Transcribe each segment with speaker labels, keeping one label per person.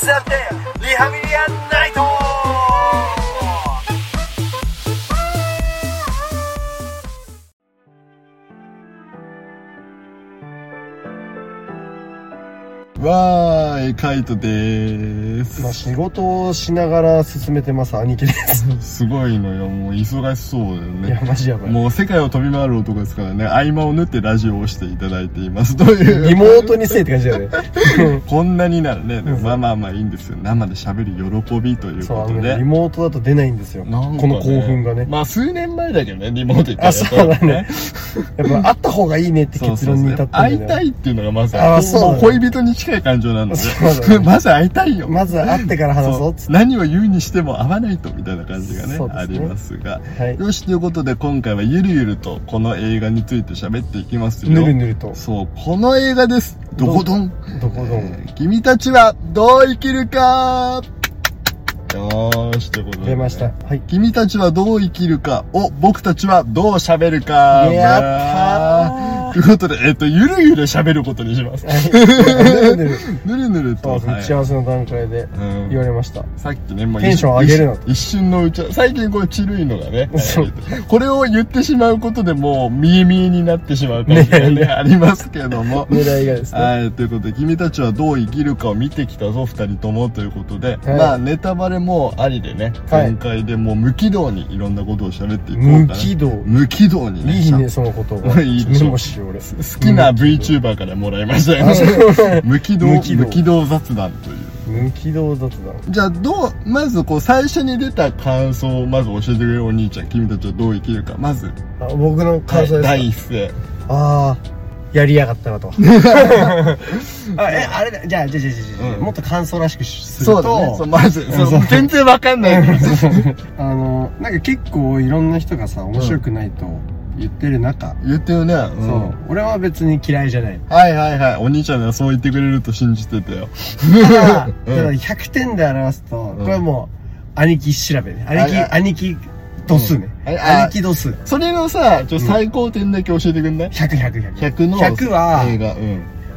Speaker 1: 手伝ってリハビリアンナイト
Speaker 2: わーい、カイトでー
Speaker 3: まあ、
Speaker 2: す。
Speaker 3: 仕事をしながら進めてます兄貴 です
Speaker 2: すごいのよ、もう忙しそうだよ
Speaker 3: いや
Speaker 2: ね。
Speaker 3: マジやばい
Speaker 2: もう世界を飛び回る男ですからね、合間を縫ってラジオをしていただいています。という。
Speaker 3: リモートにせえって感 じだよね
Speaker 2: こんなになるね。でもまあまあまあいいんですよ。生で喋る喜びという
Speaker 3: そう
Speaker 2: こ
Speaker 3: あ
Speaker 2: と
Speaker 3: のね
Speaker 2: で。
Speaker 3: リモートだと出ないんですよ、
Speaker 2: なんか
Speaker 3: こ
Speaker 2: ね
Speaker 3: の興奮がね
Speaker 2: まあ数年前だけどね、リモート行った
Speaker 3: あそうだね。やっぱあった方がいいねって
Speaker 2: そう
Speaker 3: 結
Speaker 2: そう
Speaker 3: 論に
Speaker 2: そう
Speaker 3: 至った
Speaker 2: 会
Speaker 3: ん
Speaker 2: い
Speaker 3: だ
Speaker 2: た
Speaker 3: よね
Speaker 2: いっていうのがまず
Speaker 3: あそうだね
Speaker 2: もう恋人に近い感情なの
Speaker 3: そうだ
Speaker 2: で、
Speaker 3: ね
Speaker 2: まず会いたいよ。
Speaker 3: まずは会ってから話そうっつっ
Speaker 2: そう何を言うにしても合わないとみたいな感じがね
Speaker 3: そうですね
Speaker 2: ありますが、
Speaker 3: はい
Speaker 2: よしということで今回はゆるゆるとこの映画について喋っていきます
Speaker 3: て
Speaker 2: よ
Speaker 3: ぬるぬると
Speaker 2: そうこの映画ですどこどん
Speaker 3: どこどん
Speaker 2: えー君たちはどう生きるかよーしということで、
Speaker 3: 出ましたはい
Speaker 2: 君たちはどう生きるかを僕たちはどう喋るか
Speaker 3: やったー
Speaker 2: ということで、えっと、ゆるゆる喋ることにします。
Speaker 3: はいぬるぬる
Speaker 2: ぬるぬる
Speaker 3: そ
Speaker 2: と。
Speaker 3: うですね
Speaker 2: は
Speaker 3: 打
Speaker 2: い
Speaker 3: ち合わせの段階で
Speaker 2: うん
Speaker 3: 言われました
Speaker 2: さっきね、もう
Speaker 3: テンション上げるなと
Speaker 2: 一瞬のうちは、最近こう、ちるいのがね、
Speaker 3: そう
Speaker 2: これを言ってしまうことでもう、見え見えになってしまう感じがね、
Speaker 3: ね
Speaker 2: ありますけども。
Speaker 3: 狙いがですね
Speaker 2: はい、ということで、君たちはどう生きるかを見てきたぞ、二人ともということで、
Speaker 3: い
Speaker 2: まあ、ネタバレもありでね、
Speaker 3: はい
Speaker 2: 前回でもう無軌道にいろんなことを喋っていこうかな。
Speaker 3: 無軌道
Speaker 2: 無軌道にね。
Speaker 3: いいねその言葉
Speaker 2: いいね
Speaker 3: メモしよう俺
Speaker 2: 好きな VTuber からもらいましたよ、ね。
Speaker 3: あ
Speaker 2: 無軌道、
Speaker 3: 無軌道
Speaker 2: 無軌道雑談という。
Speaker 3: 無軌道だったな
Speaker 2: じゃあどうまずこう最初に出た感想をまず教えてくれよお兄ちゃん君たちはどう生きるかまず
Speaker 3: あ僕の感想ですか
Speaker 2: 第一声
Speaker 3: ああやりやがっ たなと あえあれだじゃあじゃあじゃあじゃあじゃあ
Speaker 2: うん
Speaker 3: もっと感想らしくしする
Speaker 2: そ
Speaker 3: と
Speaker 2: うだねそうまず そう
Speaker 3: そう
Speaker 2: 全然わかんない
Speaker 3: あのなんか結構いろんな人がさ面白くないと言ってる中、
Speaker 2: 言ってよね、うん、
Speaker 3: そう俺は別に嫌いじ ゃない
Speaker 2: はいはいはいお兄ちゃんがそう言ってくれると信じてた よ
Speaker 3: ただ,、ただ100点で表すと、これはもう兄貴調べね兄貴、
Speaker 2: ああ
Speaker 3: 兄貴度数ね、
Speaker 2: うんあ
Speaker 3: 兄貴度数
Speaker 2: それのさちょ
Speaker 3: うん
Speaker 2: 最高点だけ教えてくんない
Speaker 3: 100100100100
Speaker 2: 100の
Speaker 3: 100は
Speaker 2: 映画うん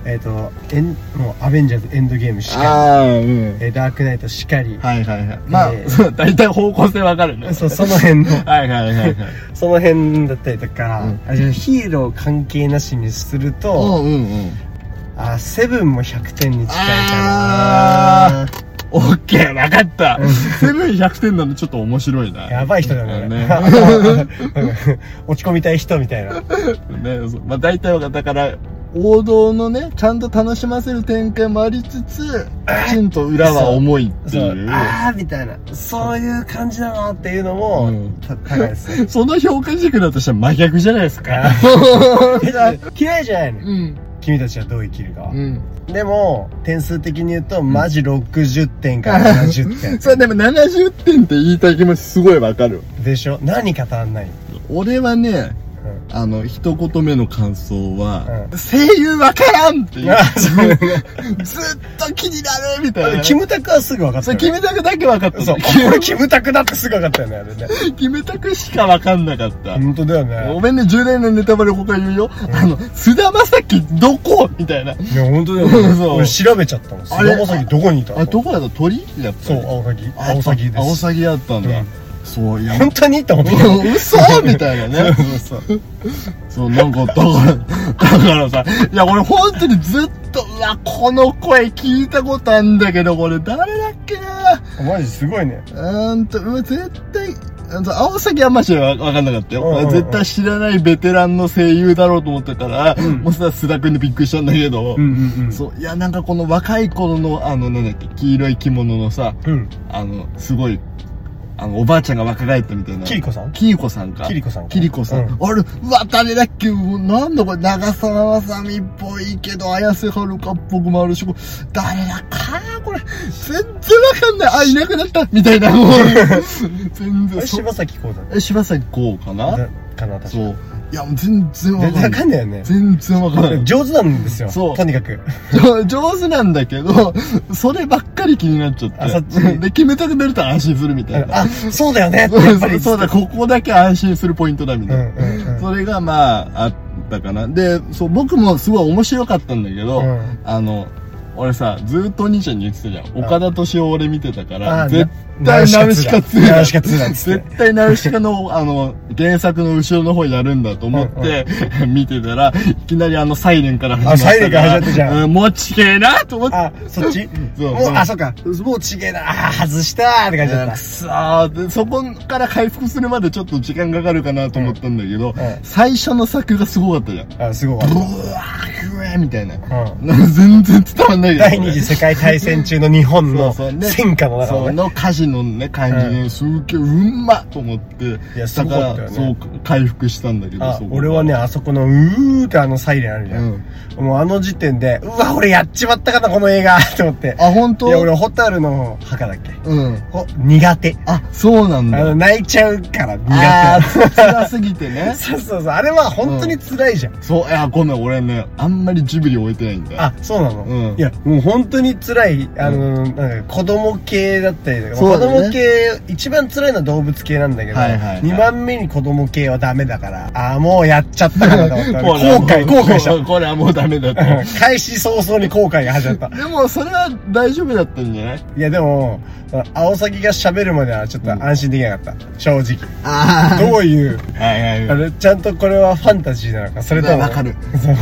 Speaker 3: えっ、とエンもうアベンジャーズエンドゲームしか
Speaker 2: ああうん
Speaker 3: り、えーダークナイトしかり、
Speaker 2: はいはいはいまあ
Speaker 3: えー
Speaker 2: そう大体方向性わかるね
Speaker 3: そうその辺の
Speaker 2: はいはいはいはい
Speaker 3: その辺だったりとか、
Speaker 2: うん
Speaker 3: あじゃあヒーロー関係なしにする
Speaker 2: う
Speaker 3: と、
Speaker 2: んうんうん
Speaker 3: あセブンも100点に近い
Speaker 2: あ
Speaker 3: か
Speaker 2: オッケー、わかった。セブン100点なのちょっと面白いな。
Speaker 3: なやばい人だね
Speaker 2: ね
Speaker 3: 俺 落ち込みたい人みたいな
Speaker 2: ね、そうまあ大体はだから、王道のね、ちゃんと楽しませる展開もありつつ、きちんと裏は重いって
Speaker 3: そう
Speaker 2: いう。
Speaker 3: ああみたいなそういう感じだなっていうの
Speaker 2: う
Speaker 3: も
Speaker 2: ん
Speaker 3: た高い ですね
Speaker 2: その評価軸だとしたら真逆じゃないですか。
Speaker 3: えじゃあ嫌いじゃないの
Speaker 2: うん。
Speaker 3: 君たちはどう生きるかは、
Speaker 2: うん。
Speaker 3: でも点数的に言うとマジ60点から70 点
Speaker 2: それでも70点って言いたい気持ちすごいわかる。
Speaker 3: でしょ何か足んない、
Speaker 2: 俺はね、
Speaker 3: うん
Speaker 2: あの、一言目の感想は、
Speaker 3: う
Speaker 2: 声優わからんっていう
Speaker 3: あ。そう
Speaker 2: ずっと気になるみたいな。
Speaker 3: キムタクはすぐ分かった
Speaker 2: そ
Speaker 3: よ
Speaker 2: れ、
Speaker 3: ね
Speaker 2: キムタクだけ分かった。
Speaker 3: そう、これキムタクだってすぐ分かったよね、あれね。
Speaker 2: キムタクしか分かんなかった。
Speaker 3: 本当だよ
Speaker 2: ご
Speaker 3: ね。
Speaker 2: めんね、重大なネタバレ他言うよ。あの、菅田将暉どこみたいな。
Speaker 3: いや、本当 だ
Speaker 2: そう
Speaker 3: 俺調べちゃったの。
Speaker 2: あれ
Speaker 3: 菅田将暉どこにいたの
Speaker 2: あ、どこだった鳥やっぱり
Speaker 3: そう、青サギ。
Speaker 2: あ
Speaker 3: 青サギです。
Speaker 2: 青サギだったんだ。
Speaker 3: うん
Speaker 2: そう、いや、
Speaker 3: 本当にいた本当に。
Speaker 2: 嘘みたい なね。
Speaker 3: そうそう。
Speaker 2: そう、なんか、だから、だからさ、いや、俺本当にずっと、うわ、この声聞いたことあんだけど、これ誰だっけな
Speaker 3: マジすごいね。
Speaker 2: うーんと、うわ絶対、あの青崎はましは分かんなかったよ。
Speaker 3: うんうんうん
Speaker 2: 絶対知らないベテランの声優だろうと思ったから、
Speaker 3: うん
Speaker 2: もうさ、須田くんでびっくりしたんだけど、
Speaker 3: んうん
Speaker 2: そう、いや、なんかこの若い頃の、あの、なんだっけ、黄色い着物のさ、
Speaker 3: う。うん。
Speaker 2: あの、すごい、あの、おばあちゃんが若返ったみたいな。
Speaker 3: キリコさん
Speaker 2: キリコさんか。
Speaker 3: キリコさんか
Speaker 2: キリコさん。
Speaker 3: うん
Speaker 2: あれ、うわ、誰だっけもうなんだこれ、長澤まさみっぽいけど、綾瀬はるかっぽくもあるし、これ誰だかなこれ、全然わかんない。あ、いなくなったみた いな。もう全
Speaker 3: あ
Speaker 2: 然。
Speaker 3: れ
Speaker 2: そ
Speaker 3: 柴咲コウだね。
Speaker 2: え、柴咲こうかな
Speaker 3: だかな、確か
Speaker 2: そう。いや、もう全然わ
Speaker 3: 全然
Speaker 2: か
Speaker 3: わ
Speaker 2: んな
Speaker 3: か
Speaker 2: い。
Speaker 3: んないよね。
Speaker 2: 全然わかんない。
Speaker 3: 上手なんですよ。
Speaker 2: そう
Speaker 3: とにかく。
Speaker 2: 上手なんだけど、そればっかり気になっちゃって。
Speaker 3: あそっち
Speaker 2: で、決めたくなると安心するみたいな。
Speaker 3: あ、 そうだよね。
Speaker 2: そう
Speaker 3: やっぱり。
Speaker 2: そうだ、ここだけ安心するポイントだ、み
Speaker 3: う
Speaker 2: たいな。
Speaker 3: んうんうん。
Speaker 2: それが、まあ、あったかな。で、そう、僕もすごい面白かったんだけど、
Speaker 3: うん
Speaker 2: あの、俺さずーっとお兄ちゃんに言ってたじゃん岡田敏夫俺見てたか
Speaker 3: あ
Speaker 2: ら
Speaker 3: ー
Speaker 2: 絶対ナウシカ2
Speaker 3: ナウシカ2だっつって
Speaker 2: 絶対ナウシカのあの原作の後ろの方やるんだと思って 見てたらいきなりあのサイレンから始まった
Speaker 3: あサイレンから始まったじゃん
Speaker 2: うもうちげえなと思って
Speaker 3: あ、そっち
Speaker 2: そう
Speaker 3: もうあ、そっか。もうちげえな。あー、外したーって感じだ
Speaker 2: く
Speaker 3: っ
Speaker 2: そーでそこから回復するまでちょっと時間かかるかなと思ったんだけど、
Speaker 3: ん
Speaker 2: 最初の作がすごかったじゃん
Speaker 3: た。あ、すごい。
Speaker 2: ブワーグエーみたいな、
Speaker 3: う
Speaker 2: 全然伝わんないけど
Speaker 3: 第二次世界大戦中の日本の
Speaker 2: そうそうね
Speaker 3: 戦火の中
Speaker 2: そ
Speaker 3: のね。
Speaker 2: の歌詞のね感じで、すっげえうんまっと思って
Speaker 3: いやすごかったよね
Speaker 2: だからそう回復したんだけど
Speaker 3: あ
Speaker 2: そこが
Speaker 3: 俺はね、あそこの、うーってあのサイレンあるじゃん。もうあの時点で、うわ、俺やっちまったかな、この映画って思って。
Speaker 2: あ本当
Speaker 3: いや、俺、ホタルの墓だっけ
Speaker 2: うん
Speaker 3: ほ苦手。
Speaker 2: あそうなん
Speaker 3: あ
Speaker 2: だ
Speaker 3: の、泣いちゃうから、
Speaker 2: あ
Speaker 3: 苦
Speaker 2: ー辛すぎて
Speaker 3: 手。
Speaker 2: ね
Speaker 3: そうそうそう。あれは本当に辛いじゃん。
Speaker 2: そういやごめん俺ねあんまりジブリ終えてないんだ
Speaker 3: あ、そうなの、
Speaker 2: うん
Speaker 3: いや、もう本当に辛い、あの、なんか子供系だったりとか、
Speaker 2: そう
Speaker 3: 子
Speaker 2: だね
Speaker 3: 供系、一番辛いのは動物系なんだけど、
Speaker 2: は
Speaker 3: 二
Speaker 2: いはいはい
Speaker 3: 2番目に子供系はダメだから、あーもうやっちゃったかなと思った。
Speaker 2: もうね
Speaker 3: 後悔、後悔した
Speaker 2: も。うこれはもうダメだと
Speaker 3: うん開始早々に後悔が始まった。
Speaker 2: でもそれは大丈夫だったんじゃない
Speaker 3: いや、でも、その青崎が喋るまではちょっと安心できなかった。正直。
Speaker 2: あ
Speaker 3: どういう、
Speaker 2: あはい
Speaker 3: あ
Speaker 2: はい
Speaker 3: れ、ちゃんとこれはファンタジーなのか、それとも。
Speaker 2: わかる。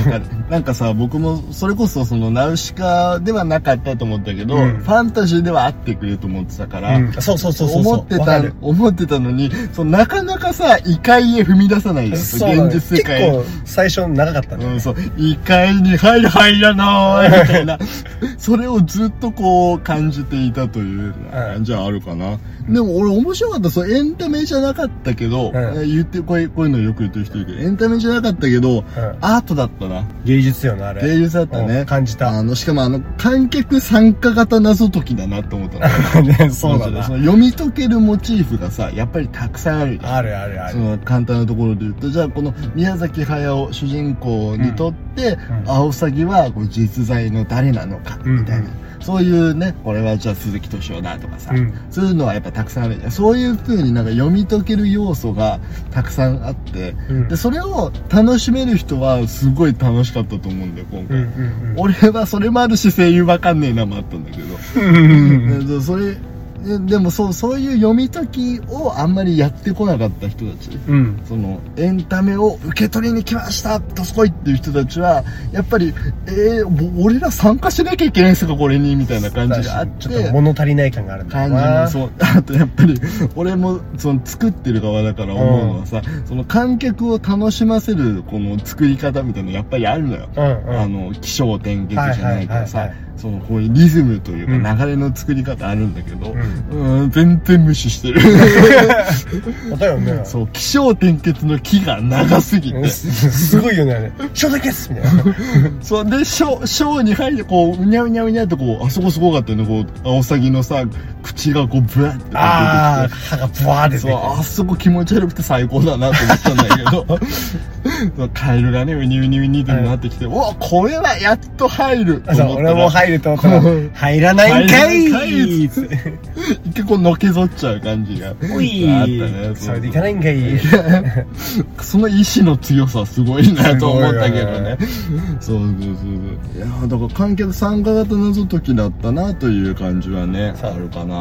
Speaker 2: わかるなんかさ僕もそれこそそのナウシカではなかったと思ったけど、
Speaker 3: うん
Speaker 2: ファンタジーでは合ってくれると思ってたから、
Speaker 3: うん、そうそうそうそうそう。
Speaker 2: 思って
Speaker 3: わか
Speaker 2: た
Speaker 3: る、
Speaker 2: 思ってたのに、そうなかなかさ、異界へ踏み出さないです。
Speaker 3: そうなの
Speaker 2: 現
Speaker 3: よ
Speaker 2: 実世界へ。
Speaker 3: 結構、最初長かったね。
Speaker 2: うん、そう、異界に入る入らない、みたいな。それをずっとこう感じていたという
Speaker 3: うん
Speaker 2: 感じはあるかな。でも俺面白かった。そう、エンタメじゃなかったけど、
Speaker 3: うん
Speaker 2: 言って、こういう、こういうのよく言ってる人いるけど、エンタメじゃなかったけど、アートだったな。
Speaker 3: 芸術よな、あれ。
Speaker 2: 芸術だった
Speaker 3: うん
Speaker 2: ね。
Speaker 3: 感じた
Speaker 2: あ。の、しかもあの、観客参加型謎解きだなって思ったの。
Speaker 3: ね、そうだ
Speaker 2: そ
Speaker 3: な。
Speaker 2: の読み解けるモチーフがさ、やっぱりたくさんあるじゃん。
Speaker 3: あるあるあ
Speaker 2: そ
Speaker 3: る。
Speaker 2: の簡単なところで言うと、じゃあこの宮崎駿主人公にとって、
Speaker 3: うん
Speaker 2: アオサギはこう実在の誰なのか、みたいな。そういうね、これはじゃあ鈴木敏夫だとかさ、
Speaker 3: うん
Speaker 2: そういうのはやっぱたくさんあるじゃん。そういう風になんか読み解ける要素がたくさんあって、
Speaker 3: うん
Speaker 2: で、それを楽しめる人はすごい楽しかったと思うんだよ、今
Speaker 3: う
Speaker 2: 回。
Speaker 3: んうん
Speaker 2: 俺はそれもあるし声優わかんねえなもあったんだけど。
Speaker 3: うん。
Speaker 2: えっと それででもそうそういう読み解きをあんまりやってこなかった人たち
Speaker 3: うん。
Speaker 2: そのエンタメを受け取りに来ましたどすこいっていう人たちはやっぱりえー、もう俺ら参加しなきゃいけないんですかこれにみたいな感じがあっ
Speaker 3: ちょっと
Speaker 2: て
Speaker 3: 物足りない感があるんだ
Speaker 2: 感
Speaker 3: よ
Speaker 2: じ
Speaker 3: な
Speaker 2: もそう あとやっぱり俺もその作ってる側だから思うのはさ、その観客を楽しませるこの作り方みたいなのやっぱりあるのよ
Speaker 3: うんうん。
Speaker 2: あの起承転結じゃないから
Speaker 3: はい
Speaker 2: さ
Speaker 3: はいはい
Speaker 2: そのこういうリズムといううんか流れの作り方あるんだけど、
Speaker 3: う
Speaker 2: うんーん、全然無視して る
Speaker 3: だよね。
Speaker 2: そう起承転結の木が長すぎ
Speaker 3: うん
Speaker 2: て
Speaker 3: すすごいよね、あれ。ショートケースみたいな。
Speaker 2: そうで章章に入ってこううにゃうにゃうにゃってこうあそこすごかったよねこうアオサギのさ口がこうブワッて出てきて
Speaker 3: あー、歯がブワーで出
Speaker 2: そう
Speaker 3: てくる
Speaker 2: あそこ気持ち悪くて最高だなと思ったんだけど そうカエルがねウニウニウニってなってきて、おこれはやっと入ると
Speaker 3: あ
Speaker 2: 思った
Speaker 3: そう
Speaker 2: ら
Speaker 3: 俺も入ると思ったら、入らないんか
Speaker 2: 入
Speaker 3: い
Speaker 2: らないんか一回こうのけぞっちゃう感じがあった
Speaker 3: おい
Speaker 2: ね
Speaker 3: それでいかないんかい
Speaker 2: その意志の強さすごいなと思ったけど ねそうそうそうそういやーだから観客参加型謎解きだったなという感じはね
Speaker 3: そう
Speaker 2: あるかな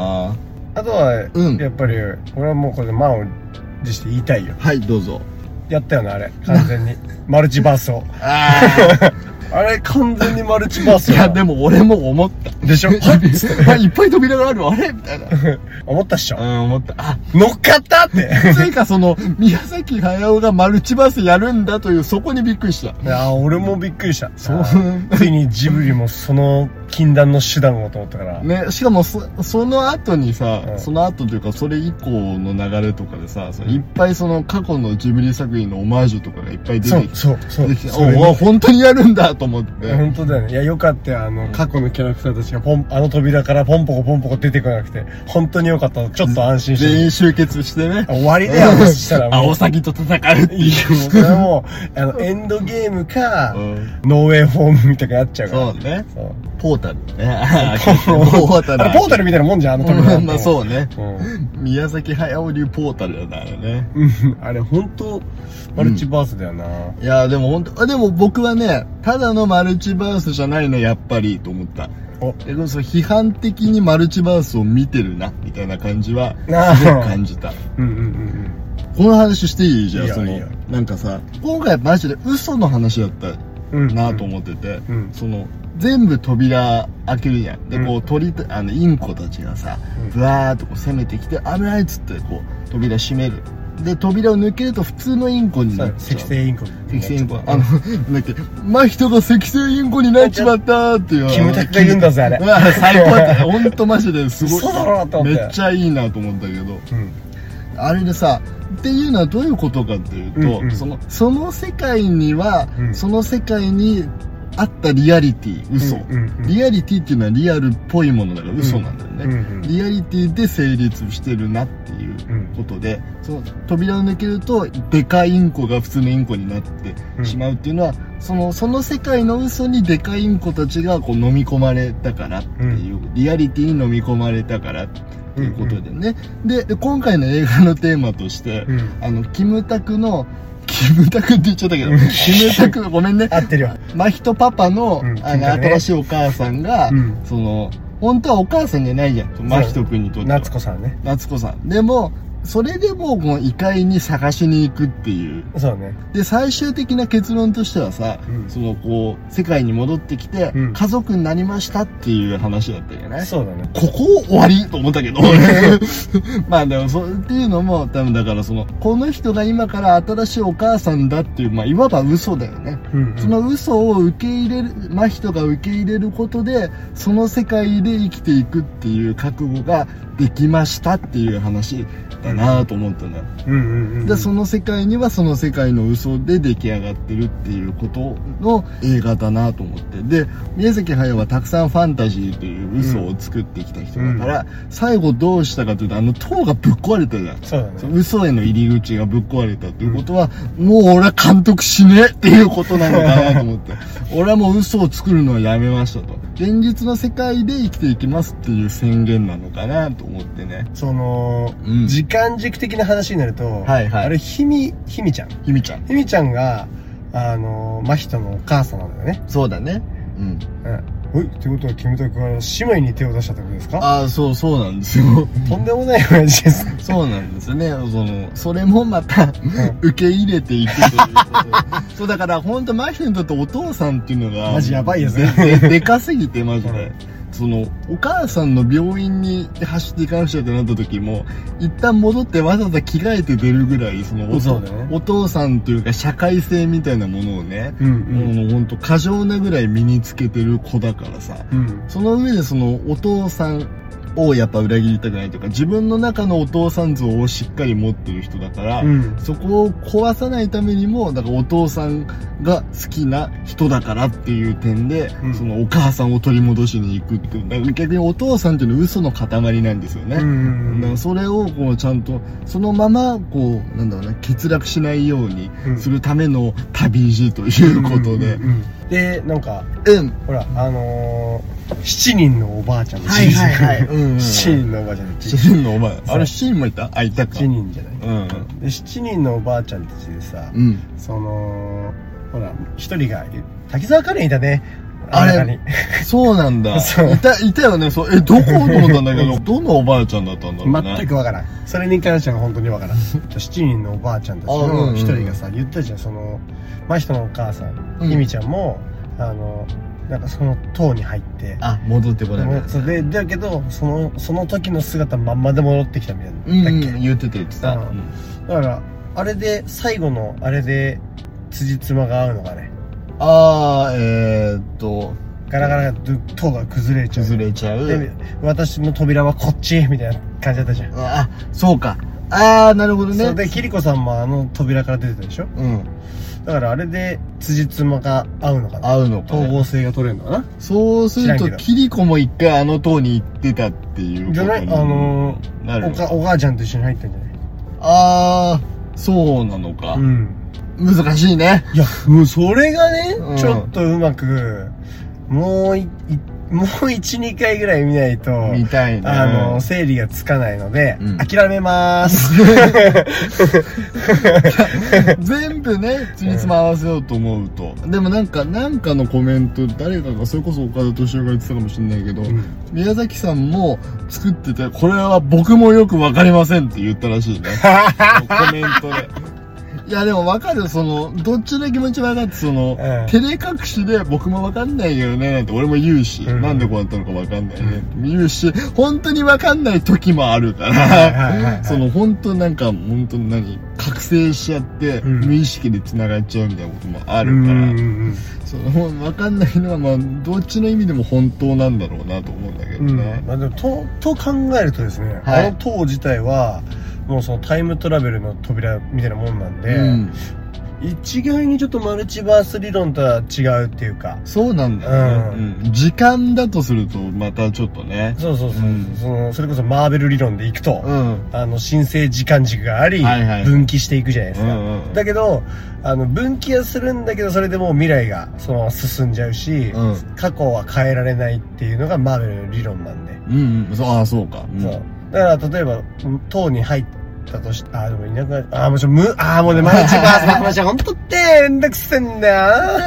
Speaker 3: あとは、
Speaker 2: うん
Speaker 3: やっぱり、俺はもうこれで満を持して言いたいよ。
Speaker 2: はいどうぞ
Speaker 3: やったよな、あれ。完全に。マルチバースを。
Speaker 2: あ
Speaker 3: あれ、完全にマルチバース
Speaker 2: い
Speaker 3: よ
Speaker 2: やでも俺も思った
Speaker 3: で しょ
Speaker 2: あいっぱい扉があるあれみたいな
Speaker 3: 思ったっしょ
Speaker 2: うん思ったあ
Speaker 3: 乗っかったって。
Speaker 2: つうかその宮崎駿がマルチバースやるんだというそこにびっくりした
Speaker 3: いやー俺もびっくりした。ついにジブリもその禁断の手段をと思ったから。
Speaker 2: ね、しかもそその後にさ、
Speaker 3: うん
Speaker 2: その後というかそれ以降の流れとかでさ、そのいっぱいその過去のジブリ作品のオマージュとかがいっぱい出
Speaker 3: そ
Speaker 2: て
Speaker 3: う、
Speaker 2: き
Speaker 3: そう、そ
Speaker 2: て
Speaker 3: う。
Speaker 2: 出てきて
Speaker 3: それに
Speaker 2: おお本当にやるんだと思っ
Speaker 3: い
Speaker 2: て、
Speaker 3: や本当だよね。いや、よかったよ。あの、過去のキャラクターたちがポン、あの扉からポンポコポンポコ出てこなくて、本当によかった。ちょっと安心して
Speaker 2: 全員集結してね
Speaker 3: あ終わりだよ、そしたらもう
Speaker 2: 青。サギと戦うって
Speaker 3: い
Speaker 2: い
Speaker 3: やもうそれはもう、あの、エンドゲームか
Speaker 2: う、、うん、
Speaker 3: ノーウェイホームみたいなのやっちゃうから。
Speaker 2: そうね
Speaker 3: そう
Speaker 2: ポー渡るね。大渡 る。
Speaker 3: あれ ポータルみたいなもんじゃん、あの 扉。
Speaker 2: まあそうね。
Speaker 3: うん。
Speaker 2: 宮崎駿流ポータルだよね。
Speaker 3: うん。あれ、本当マルチバースだよな。
Speaker 2: いやーでも本当あでも僕はね、ただのマルチバースじゃないね、やっぱり、と思った。
Speaker 3: お
Speaker 2: え、でもその批判的にマルチバースを見てるな、みたいな感じは、
Speaker 3: あー
Speaker 2: すごく感じた。
Speaker 3: うんうんうん
Speaker 2: この話していいじゃ
Speaker 3: いい
Speaker 2: ん、
Speaker 3: よ
Speaker 2: そ
Speaker 3: いい
Speaker 2: の
Speaker 3: よ、
Speaker 2: なんかさ、今回マジで嘘の話だった
Speaker 3: うん。うん。
Speaker 2: なと思ってて、
Speaker 3: うん
Speaker 2: その、全部扉開けるじゃん。で、こ
Speaker 3: う
Speaker 2: う鳥と、あの、インコたちがさ、ブワーっとこう攻めてきて、危ないっつって、こう、扉閉める。で、扉を抜けると普通のインコに
Speaker 3: さ
Speaker 2: なっ
Speaker 3: あ、
Speaker 2: ちゃう
Speaker 3: 積。成インコ。
Speaker 2: 赤線インコ。あの、なんだっけ、真人が赤線インコになっちまったっていう。
Speaker 3: キムタクがいるんだぜあ れ
Speaker 2: うわ最高だ った。ほんとマジですごい。
Speaker 3: 嘘だろと思っ
Speaker 2: め
Speaker 3: て
Speaker 2: っちゃいいなと思ったけど。
Speaker 3: うん。
Speaker 2: あれでさ、っていうのはどういうことかっていうと、
Speaker 3: うんうん
Speaker 2: その、その世界には、
Speaker 3: うん
Speaker 2: その世界にあったリアリティ、嘘。
Speaker 3: うんうんうん
Speaker 2: リアリティっていうのはリアルっぽいものだから嘘なんだよね。
Speaker 3: うんうん
Speaker 2: リアリティで成立してるなっていうことで、その扉を抜けると、デカインコが普通のインコになってしまうっていうのは、その、その世界の嘘にデカインコたちがこう飲み込まれたからっていう、リアリティに飲み込まれたからっていうことでね。で、で今回の映画のテーマとして、
Speaker 3: うん
Speaker 2: あの、キムタクの、キムタクって言っちゃったけど、キムタクの、ごめんね。
Speaker 3: 合ってるよ。
Speaker 2: マヒトパパの,、
Speaker 3: うん
Speaker 2: あの
Speaker 3: 聞いたね
Speaker 2: 新しいお母さんが、
Speaker 3: うん
Speaker 2: その本当はお母さんじゃないじゃんマヒト君にとっては
Speaker 3: 夏子さんね。
Speaker 2: 夏子さんでもそれでもこの異界に探しに行くっていう
Speaker 3: そうね。
Speaker 2: で最終的な結論としてはさ、
Speaker 3: うん
Speaker 2: そのこう世界に戻ってきて、
Speaker 3: うん
Speaker 2: 家族になりましたっていう話だったよね
Speaker 3: そうだね。
Speaker 2: ここ終わりと思ったけど、 まあでもそう、っていうのも多分だからその、この人が今から新しいお母さんだっていう、まあいわば嘘だよね。
Speaker 3: うん
Speaker 2: その嘘を受け入れる、真人が受け入れることで、その世界で生きていくっていう覚悟ができましたっていう話だなぁと思ったんだよ。
Speaker 3: うんうんうん。
Speaker 2: で、その世界にはその世界の嘘で出来上がってるっていうことの映画だなと思って。で、宮崎駿はたくさんファンタジーという嘘を作ってきた人だから、最後どうしたかというと、あの塔がぶっ壊れたじゃん。
Speaker 3: そうだ
Speaker 2: そ
Speaker 3: ね。
Speaker 2: の嘘への入り口がぶっ壊れたということは、もう俺は監督しねえっていうことなのかなと思 って。俺はもう嘘を作るのはやめましたと。現実の世界で生きていきますっていう宣言なのかなと思ってね。
Speaker 3: その、
Speaker 2: うん
Speaker 3: 時間軸的な話になると、
Speaker 2: はいはい
Speaker 3: あれ、ひみ、ひみちゃん。
Speaker 2: ひみちゃん。
Speaker 3: ひみちゃんが、あの、真人のお母さんなんだよね。
Speaker 2: そうだね。うん。
Speaker 3: うん。おい、ってことは、キムタクは姉妹に手を出したってことですか
Speaker 2: ああ、そうそうなんですよ。
Speaker 3: とんでもない親父です。
Speaker 2: そうなんですね。その、それもまた、受け入れていくということで。そう、だから、ほんと、マヒにとってお父さんっていうのが、
Speaker 3: マジやばいやつ
Speaker 2: で
Speaker 3: ね
Speaker 2: ででかすぎ て、マジ
Speaker 3: う
Speaker 2: で
Speaker 3: ん。
Speaker 2: その、お母さんの病院に走っていかなくちゃってなった時も、一旦戻ってわざわざ着替えて出るぐらい、そのお、
Speaker 3: そうだね
Speaker 2: お父さんというか、社会性みたいなものをね、
Speaker 3: うん
Speaker 2: もうほんと、過剰なぐらい身につけてる子だからさ、
Speaker 3: うん。うん。
Speaker 2: その上でそのお父さんをやっぱ裏切りたくないというか自分の中のお父さん像をしっかり持ってる人だから、
Speaker 3: うん。
Speaker 2: そこを壊さないためにもだからお父さんが好きな人だからっていう点で、
Speaker 3: うん
Speaker 2: そのお母さんを取り戻しに行くっていうだから逆にお父さんっていうのは嘘の塊なんですよね。
Speaker 3: うんうん
Speaker 2: だからそれをこうちゃんとそのままこうなんだろうな欠落しないようにするための旅路ということで、
Speaker 3: うんうんうんで、なんか、
Speaker 2: うん、
Speaker 3: ほら、あのー、七人のおばあちゃんの
Speaker 2: はいはいはいうんうん
Speaker 3: 七人のおばあちゃんの
Speaker 2: シーンのお前あれ
Speaker 3: そう
Speaker 2: シーンもいたあいたか
Speaker 3: 七人じゃない。
Speaker 2: うん
Speaker 3: で、七人のおばあちゃんたちでさ、
Speaker 2: うん
Speaker 3: その、ほら、一人が、え滝沢カレンいたね。
Speaker 2: あれ
Speaker 3: の中に
Speaker 2: そうなんだ。
Speaker 3: そう
Speaker 2: いた、いたよね。そう、え、どこと思ったんだけ ど、どのおばあちゃんだったんだろうね。
Speaker 3: 全くわからん。それに関しては本当に わからん。七人のおばあちゃんたち
Speaker 2: あうん
Speaker 3: の一人がさ、言ったじゃん、その、真人のお母さん、
Speaker 2: うん
Speaker 3: ひみちゃんも、あの、なんかその塔に入って、
Speaker 2: あ、戻ってこない。
Speaker 3: そうで、だけど、その、その時の姿まんまで戻ってきたみたいな。
Speaker 2: うん、う
Speaker 3: だっ
Speaker 2: ん
Speaker 3: け
Speaker 2: 言ってた言ってた。
Speaker 3: うんだから、あれで、最後の、あれで、辻褄が合うのがね、
Speaker 2: あー、えーっと、
Speaker 3: ガラガラと塔が崩れちゃう。
Speaker 2: 崩れちゃ
Speaker 3: で
Speaker 2: う。
Speaker 3: 私の扉はこっちみたいな感じだったじゃん。
Speaker 2: あ、そうか。あー、なるほど
Speaker 3: それ
Speaker 2: ね。
Speaker 3: で、キリコさんもあの扉から出てたでしょ
Speaker 2: うん。
Speaker 3: だからあれで、辻褄が合うのかな
Speaker 2: 合うのか
Speaker 3: 統
Speaker 2: ね。
Speaker 3: 合性が取れるのかな
Speaker 2: そうする
Speaker 3: 知ら
Speaker 2: と
Speaker 3: んけ、ど
Speaker 2: キリコも一回あの塔に行ってたっていうこと
Speaker 3: じゃないあ
Speaker 2: に
Speaker 3: の
Speaker 2: なる
Speaker 3: ー、お
Speaker 2: のか
Speaker 3: か、お母ちゃんと一緒に入ったんじゃない
Speaker 2: あー、そうなのか。
Speaker 3: ん。
Speaker 2: 難しいね。
Speaker 3: いや、もうそれがね
Speaker 2: うん、
Speaker 3: ちょっとうまく、もうい、いもう一、二回ぐらい見ないと、
Speaker 2: 見たいね。
Speaker 3: あの、整理がつかないので、
Speaker 2: うん
Speaker 3: 諦めまーす。
Speaker 2: 全部ね、つりつま合わせようと思うと。でもなんか、なんかのコメント、誰かが、それこそ岡田敏夫が言ってたかもしれないけど、宮崎さんも作ってて、これは僕もよくわかりませんって言ったらしいね。コメントで。いやでもわかる、その、どっちの気持ちわかって、その、
Speaker 3: うん
Speaker 2: 照れ隠しで僕もわかんないけどね、なんて俺も言うし、
Speaker 3: うん
Speaker 2: なんでこうなったのかわかんないね、言うし、本当にわかんない時もあるから、
Speaker 3: はいはいはい
Speaker 2: その本当なんか、本当に何、覚醒しちゃって、
Speaker 3: うん
Speaker 2: 無意識で繋がっちゃうみたいなことも あ
Speaker 3: う
Speaker 2: る
Speaker 3: ん
Speaker 2: から、
Speaker 3: うん
Speaker 2: その、わかんないのは、まあ、どっちの意味でも本当なんだろうなと思うんだけど
Speaker 3: うん
Speaker 2: ね。
Speaker 3: まあでもと、と考えるとですね、
Speaker 2: はい
Speaker 3: あの塔自体は、もうそのタイムトラベルの扉みたいなもんなんで、
Speaker 2: うん。
Speaker 3: 一概にちょっとマルチバース理論とは違うっていうか、
Speaker 2: そうなんだね、
Speaker 3: う
Speaker 2: うん時間だとすると、またちょっとね。
Speaker 3: そうそうそ
Speaker 2: う
Speaker 3: う、
Speaker 2: ん
Speaker 3: その、それこそマーベル理論でいくと、
Speaker 2: うん。
Speaker 3: あの、新生時間軸があり、
Speaker 2: はいはい
Speaker 3: 分岐していくじゃないで
Speaker 2: う
Speaker 3: すか。
Speaker 2: んうん。
Speaker 3: だけど、あの、分岐はするんだけど、それでもう未来がそのまま進んじゃうし、
Speaker 2: うん
Speaker 3: 過去は変えられないっていうのがマーベルの理論なんで。
Speaker 2: うんうん。そう、ああ、そうか。うん
Speaker 3: そう。だから、例えば、うん塔に入ったとし、あー、でもいなくなっあー、もうちょ、む、あー、もうね、マルチバースの話は本当って、めんどくせえんだよ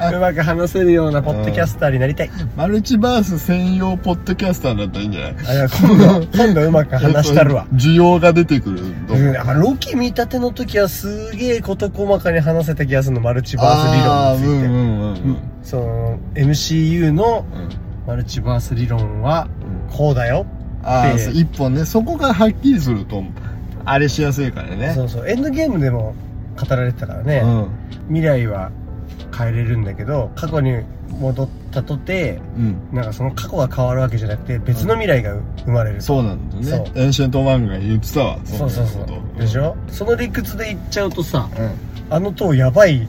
Speaker 3: なうまく話せるようなポッドキャスターになりたい。
Speaker 2: マルチバース専用ポッドキャスターだったらいいんじゃない
Speaker 3: あ、いや今 度、今度うまく話したるわ。
Speaker 2: 需要が出てくると
Speaker 3: う
Speaker 2: 思う。
Speaker 3: ん、やっぱロキ見立ての時はすげえ事細かに話せた気がするの、マルチバ
Speaker 2: あ
Speaker 3: ー
Speaker 2: あ、
Speaker 3: ス
Speaker 2: う
Speaker 3: 理論について。
Speaker 2: んうんうんうん。
Speaker 3: その、MCU の
Speaker 2: うん
Speaker 3: マルチバース理論は、こうだよ。
Speaker 2: ああ、
Speaker 3: で
Speaker 2: そう一本ね、そこがはっきりすると、あれしやすいからね。
Speaker 3: そうそう。エンドゲームでも語られてたからね。
Speaker 2: うん。
Speaker 3: 未来は変えれるんだけど過去に戻ったとて
Speaker 2: うん。
Speaker 3: なんかその過去が変わるわけじゃなくて別の未来が生まれる
Speaker 2: そうなんだよね
Speaker 3: そ。
Speaker 2: エンシェント漫画が言ってたわ。
Speaker 3: そうそうそ
Speaker 2: んなこ
Speaker 3: う
Speaker 2: と
Speaker 3: でしょその理屈で言っちゃうとさ
Speaker 2: うん。
Speaker 3: あの塔やばい